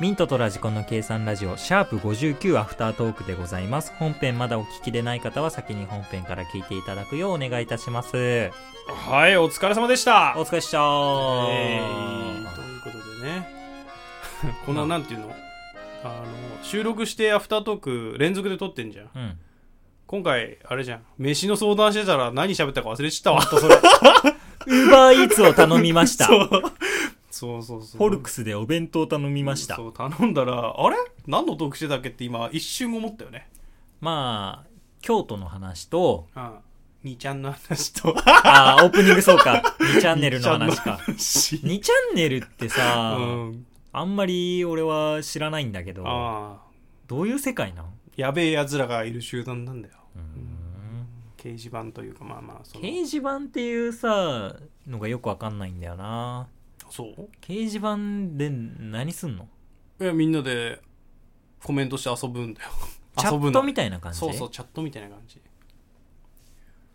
ミントとラジコンの計算ラジオ、シャープ59アフタートークでございます。本編まだお聞きでない方は先に本編から聞いていただくようお願いいたします。はい、お疲れ様でしたお疲れっしたえーということでね このなんていうのあの収録してアフタートーク連続で撮ってんじゃんうん。今回あれじゃん飯の相談してたら何喋ったか忘れ ちったわとそれ。ウーバーイーツを頼みました。 そフうそうそうそうォルクスでお弁当を頼みましたそ。う頼んだらあれ何のトークしてたっけって今一瞬思ったよねまあ、京都の話と、うん兄ちゃんの話 とあーオープニングそうか。2チャンネルの話 か。話2チャンネルってうさ、んあんまり俺は知らないんだけど、ああどういう世界なんやべえやつらがいる集団なんだようーん掲示板というかまあまあその掲示板っていうさ、のがよくわかんないんだよな。そう掲示板で何すんのいやみんなでコメントして遊ぶんだよチャ遊ぶッのトみたいな感じそうそうチャットみたいな感じ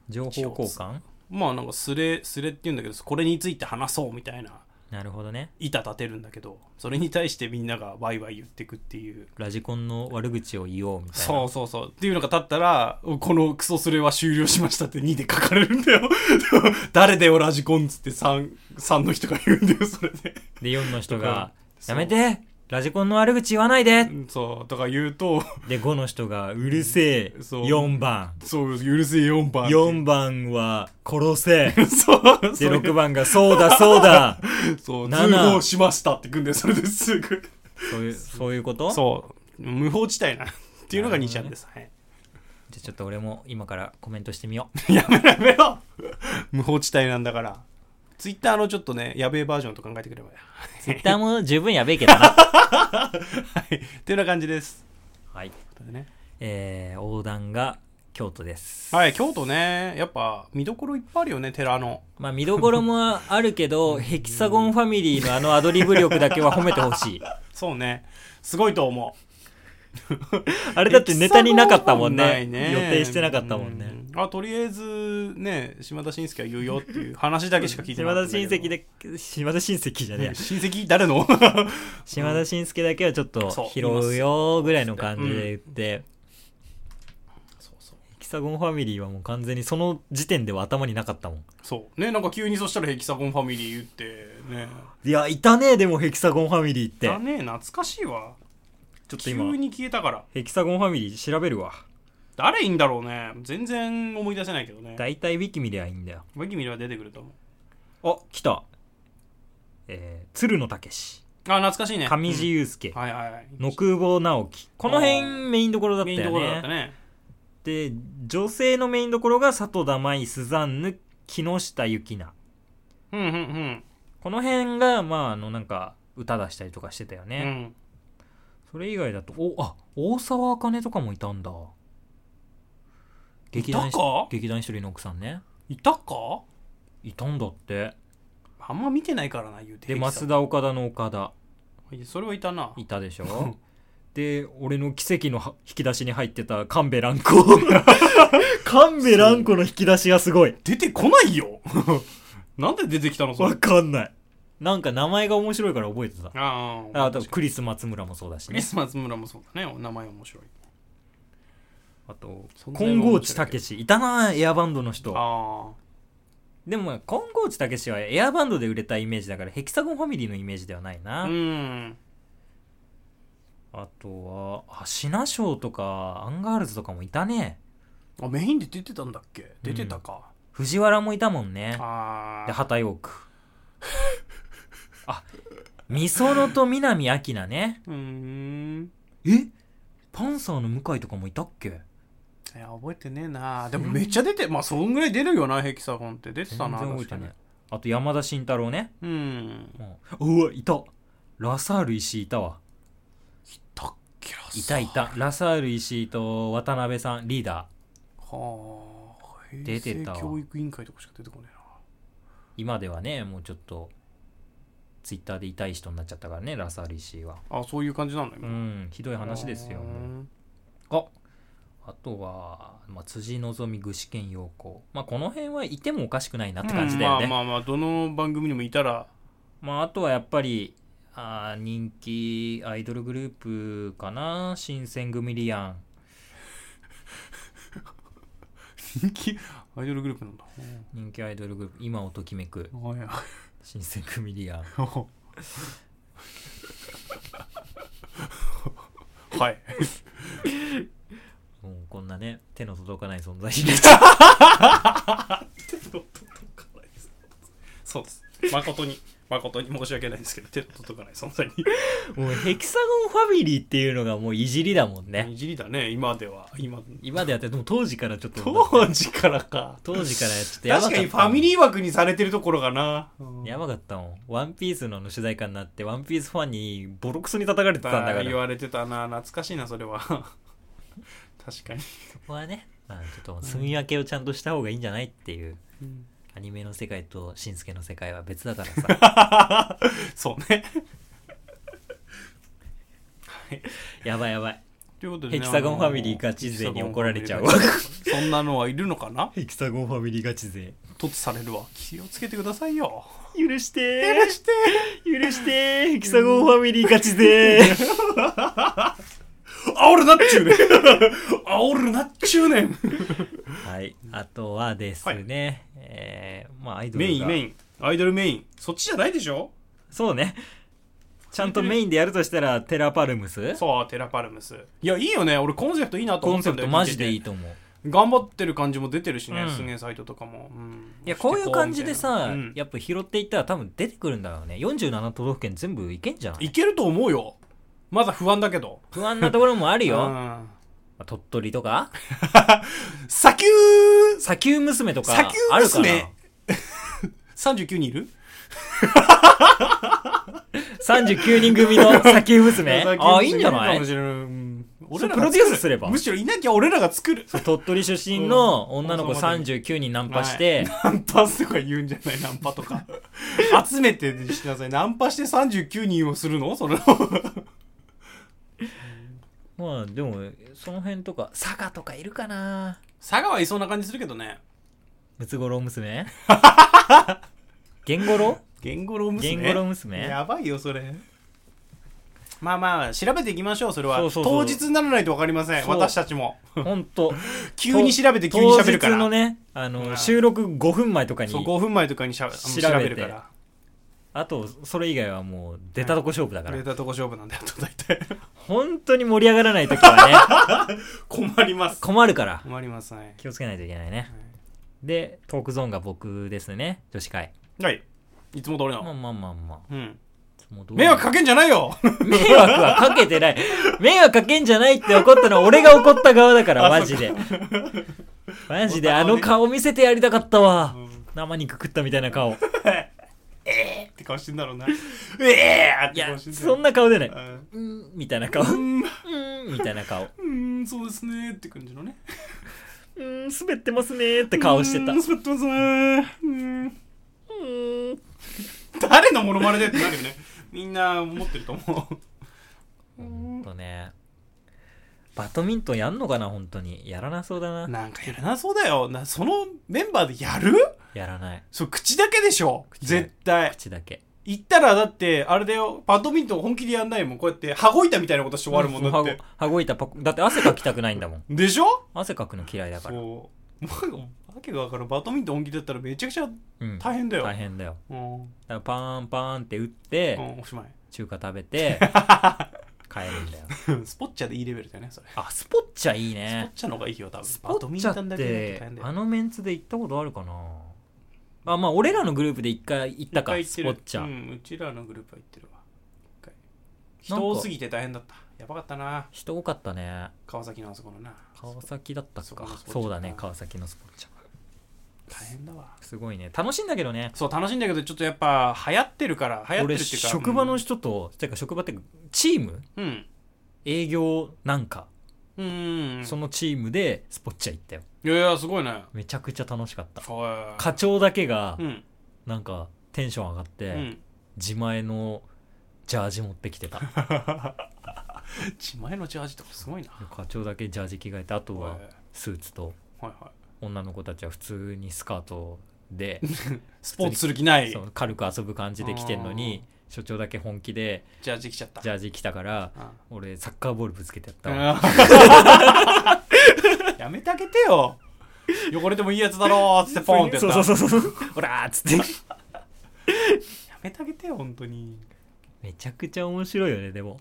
情報交換まあなんかスレスレっていうんだけどこれについて話そうみたいななるほどね。板立てるんだけどそれに対してみんながワイワイ言ってくっていうラジコンの悪口を言おうみたいな。そうそうそうっていうのが立ったらこのクソスレは終了しましたって2で書かれるんだよ 誰だよラジコンっつって 3, 3の人が言うんだよそれでで、4の人が、そやうめてラジコンの悪口言わないでうんそうとか言うとで、5の人が、うるせえ、そう4番。そう許せ4番4番は、殺せ。 そうで、それ6番が、そうだ、そう だ。そう、 7通報しましたってくんだよ、それですぐ。そういう、 そういうことじゃそう、無法地帯な。っていうのが兄ちゃんです。 はいあちょっと俺も今からコメントしてみよ う。やめろやめろ無法地帯なんだから。ツイッターのちょっとね、やべえバージョンと考えてくればいい。ツイッターも十分やべえけどな。はい。っていうような感じです。はい。ねえー、横断が京都です。はい、京都ね、やっぱ見どころいっぱいあるよね、寺の。まあ見どころもあるけ ど、ヘキサゴンファミリーのあのアドリブ力だけは褒めてほ しい。そうね。すごいと思う。あれだってネタになかったもんなね。いね予定してなかったもんね。。うあ、とりあえず、ね、島田紳介は言うよっていう話だけしか聞いてな島かっ田たんだけ親ど。戚で、島田親戚じゃねえやうん。親戚誰の 島田紳介だけはちょっとそう拾うよぐらいの感じで言って、そうそう。ヘキサゴンファミリーはもう完全にその時点では頭になかったもん。そうねなんか急にそしたらヘキサゴンファミリー言ってねいや、いたねえ、でもヘキサゴンファミリーって。だね懐かしいわちょっと急今、に消えたからヘキサゴンファミリー調べるわ。誰いんだろうね全然思い出せないけどねだいたいウィキ見りゃいいんだよ。マキミルは出てくると思うあ、来た。えー、鶴野武史、あ懐かしいね上地雄介うん、はいはいはい野空坊直樹。この辺あーメインどころだったメよインね。ところだったねで、女性のメインどころが里田舞、スザンヌ、木下ゆきな。うんうんうん、この辺が、まあ、あの、なんか、歌出したりとかしてたようね。ん、それ以外だと、お、あ、大沢あかねとかもいたんだ。劇団いたか劇団一人の奥さんね。いたかいたんだって。あんま見てないからな言うてで、ヘキサ増田岡田の岡田、いやそれはいたないたでしょ で、俺の奇跡のは引き出しに入ってた神戸 蘭子。神戸蘭子の引き出しがすごい。出てこないよ なんで出てきたのそれわかんない。なんか名前が面白いから覚えてた。あああと確かにクリス松村もそうだしクねリ。スマス村もそうだねお名前面白いあと、存在は金剛地武史。いたな、エアバンドの人。ああでも、金剛地武史はエアバンドで売れたイメージだから、ヘキサゴンファミリーのイメージではないな。うんあとは、あ、シナショーとか、アンガールズとかもいたね。あメインで出てたんだっけ出てたか、藤原もいたもんね。あで、あ畑陽区。あ、みそのと南明菜ね。うーんえパンサーの向井とかもいたっけいや覚えてねえなでもめっちゃ出てまあそんぐらい出るよなヘキサゴンって出て全た然な覚えて確かなにい。あと、山田慎太郎ね。うんうわいたラサール石井いたわたっけらさいたいたラサール石井と渡辺さんリーダーはあ出てたわ平成教育委員会とかしか出てこねえな今ではねもうちょっとツイッターで痛い人になっちゃったからねラサール石井はあそういう感じなのう今んひどい話ですようもうんああとは、まあ、辻希美具志堅陽子まあこの辺はいてもおかしくないなって感じだよね、 まあまあまあどの番組にもいたらまあ、あとはやっぱり、あー人気アイドルグループかな新選組リアン人気アイドルグループなんだ。人気アイドルグループ今をときめくうんはいはい新選組リアン はい。もうこんなね手の届かない存在そうです。誠に、誠に申し訳ないんですけど、手の届かない存在に。もうヘキサゴンファミリーっていうのがもういじりだもんねいじりだね、今では。今、今でやってでも当時からちょっと当時からか。当時からちょっとやばか確ったかにファミリー枠にされてるところがな。やばかったもん「ワンピースのあの主題歌になって「ワンピースファンにボロクソに叩かれてたんだから言われてたな。懐かしいな、それは。確かに。そこはね、まあ、ちょっと住み分けをちゃんとした方がいいんじゃないっていう、うんアニメの世界としんすけの世界は別だから さそうね。やばいやばいということヘキサゴンファミリーガチ勢に怒られちゃうわヘキサゴンファミリーガチ勢そんなのはいるのかなヘキサゴンファミリーガチ勢突されるわ。気をつけてくださいよ。許して許して許してヘキサゴンファミリーガチ勢煽るなっちゅうねん 煽るなっちゅうねん はいあとはですね、えーまあアイドルメがインメインアイドルメインそっちじゃないでしょそうねちゃんとメインでやるとしたらテラパルムスそうテラパルムスいやいいよね俺コンセプトいいなとコ思っンてセんプだよトマジでい見いてと思うて頑張ってる感じも出てるしね、うんすげえサイトとかも、うんいやこういう感じでさ、うんやっぱ拾っていったら多分出てくるんだろうね47都道府県全部いけんじゃないいけると思うよまだ不安だけど 不安なところもあるいよ、まあ鳥取とか砂丘砂丘娘とか 砂丘あるかな娘39人い る39人組 の砂丘娘砂丘ああいいんじゃないかもしれないうんそ俺うらプがロ作デュースるすればむしろいなきゃ俺らが作る鳥取出身のうん女の子王様で39人ナンパして、ナンパとか言うんじゃないナンパとか集めてしなさいナンパして39人をするのそれをまあでもその辺とか佐賀とかいるかな佐賀はいそうな感じするけどねムツゴロウ 娘ゲンゴロゲンゴロウウゲ 娘ンゴロウ娘やばいよそれまあまあ調べていきましょうそれはそうそうそう当日にならないと分かりませんそう私たちもほんと急に調べ て急に喋るから当日のねあの、うん収録5分前とかにそう5分前とかにしゃ調調べてべるからあとそれ以外はもう出たとこ勝負だから、データとこ勝負なんだよと大体本当に盛り上がらない時 はね困ります困るから困りますね気をつけないといけないね、でトークゾーンが僕ですね女子会はいいつも通りまあの、まあまあまうん、あもうどう迷惑かけんじゃないよ 迷惑はかけてない迷惑かけんじゃないって怒ったのは俺が怒った側だからあマジでマジであの顔見せてやりたかったわ、生肉食ったみたいな 顔って顔してんだろうな。え えーっいてや顔してそんな顔でないな。うんみたいな顔ううんん、うみたいな顔ーん、そうですねって感じのね。うーん滑ってますねーって顔してたうーん滑ってますねーうーんーん誰のモノマネでってなるよね。みんな思ってると思う。ほんとねバドミントンやんのかな本当にやらなそうだな なんかやらなそうだよ。なそのメンバーでやるやらないそう、口だけでしょ。口だけ絶対。口だけ行ったらだって、あれだよ。バドミントン本気でやんないもん。こうやって、羽子板みたいなことして終わるもんだはっごて。はごいたパコだって汗かきたくないんだもんでしょ汗かくの嫌いだからそう。もうわけがわからん。バドミントン本気だったらめちゃくちゃうん大変だよ。大変だようん。うん、だからパーンパーンって打って、おしまい。 中華食べて帰るんだよスポッチャでいいレベルだよね、それ。あスポッチャいいスポッねチャの方がいいよ、多分。スポッチバドミントンャっだけだと大て変だよあのメンツで行ったことあるかなあまあ俺らのグループで一回行ったか一回行スポッチャ、うん、うちらのグループは行ってるわ。一回なんか人多すぎて大変だった。やばかったな。人多かったね川崎のあそこのな。川崎だったそこかのスポッチャそうだね川崎のスポッチャ大変だわ。すごいね楽しいんだけどねそう、楽しいんだけど、ちょっとやっぱ、流行ってるから、流行ってる俺っていうか。職場の人と、てか職場っていうかチームうん。営業なんか、うん。うん。そのチームでスポッチャ行ったよいやいや、すごいね。めちゃくちゃ楽しかったはい。課長だけがうん。なんかテンション上がって、うん。自前のジャージ持ってきてた自前のジャージとかすごいな。課長だけジャージ着替えてあとはいはスーツとはい。女の子たちは普通にスカートでスポーツする気ないそ。の軽く遊ぶ感じで来てんのに所長だけ本気でジャージ来ちゃったジャージ来たからあ俺サッカーボールぶつけてやったわあ やめてあげてよ汚れてもいいやつだろーっつってポンってやったそうそうそうそうほらーっつってやめてあげてよ本当にめちゃくちゃ面白いよねでも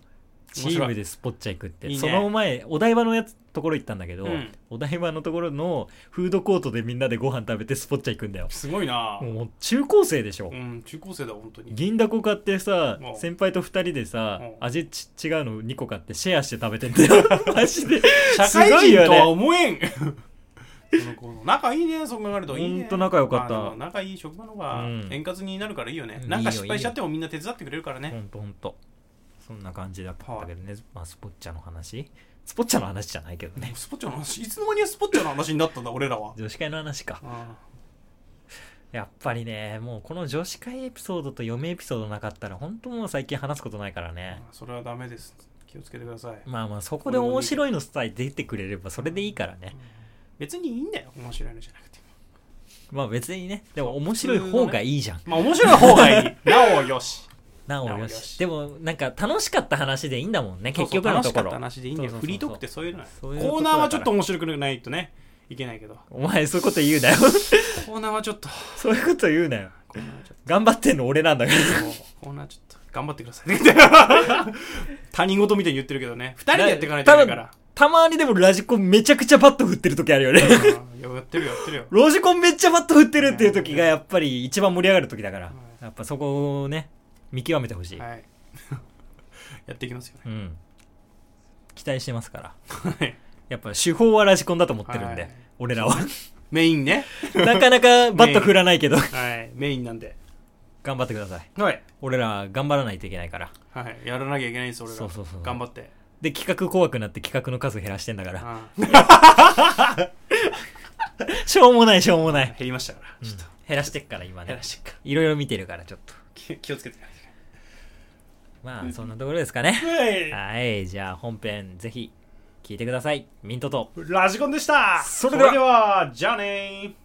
チ面白いームでスポッチャ行くっていいねその前お台場のやつところ行ったんだけど、うんお台場のところのフードコートでみんなでご飯食べてスポッチャ行くんだよすごいなもう中高生でしょ、うん中高生だ本当に銀だこ買ってさうん先輩と2人でさうん味ち違うの2個買ってシェアして食べてんだ よマジで社すご会いよ人ねとは思えんその子の仲いいねそう考えるといいねほんと仲良かったまあでも仲いい職場の方がうん円滑になるからいいよね、うんなんいいよか失敗しちゃってもみんな手伝ってくれるからねほんとほんとそんな感じだったけどね、まあ、スポッチャの話スポッチャの話じゃないけどねスポッチャの話いつの間にスポッチャの話になったんだ俺らは女子会の話かあやっぱりねもうこの女子会エピソードと嫁エピソードなかったら本当もう最近話すことないからあねそれはダメです気をつけてくださいまあまあそこで面白いのさえ出てくれればそれでいいからね別にいいんだよ面白いのじゃなくてまあ別にねでも面白い方がいいじゃん、まあ面白い方がいい なおよしなおなおよよししでもなんか楽しかった話でいいんだもんね結局の楽としこかったろ話でいいんだよそうそうそうそうフリートークってそういうのよそういうことだコかーらナーはちょっと面白くないとねいけないけどお前そういうこと言うなよ コーナーはちょっとそういうこと言うなよ コーナーはちょっと頑張ってんの俺なんだからもうコーナーちょっと頑張ってくださいね他人事みたいに言ってるけどね2人でやっていかないといけないからたまにでもラジコンめちゃくちゃバット振ってる時あるよねうんいややってるよやってる よラジコンめっちゃバット振ってるっていう時がやっぱり一番盛り上がる時だから、いやっぱそこをね見極めてほしい、はい やっていきますよねうん期待してますからはいやっぱ手法はラジコンだと思ってるんで、はい俺らは メインねなかなかバット振らないけどはいメインなんで頑張ってくださいはい俺ら頑張らないといけないからはいやらなきゃいけないんです俺らそうそうそう頑張ってで企画怖くなって企画の数減らしてんだからうんしょうもないしょうもない、減りましたからちょっと減らしてっから今減ねらしてっかいろいろ見てるからちょっと気気をつけてないまあそんなところですかねとははいじゃあ本編ぜひ聞いてくださいミントといラジコンでしたそれそでれはではじゃあねー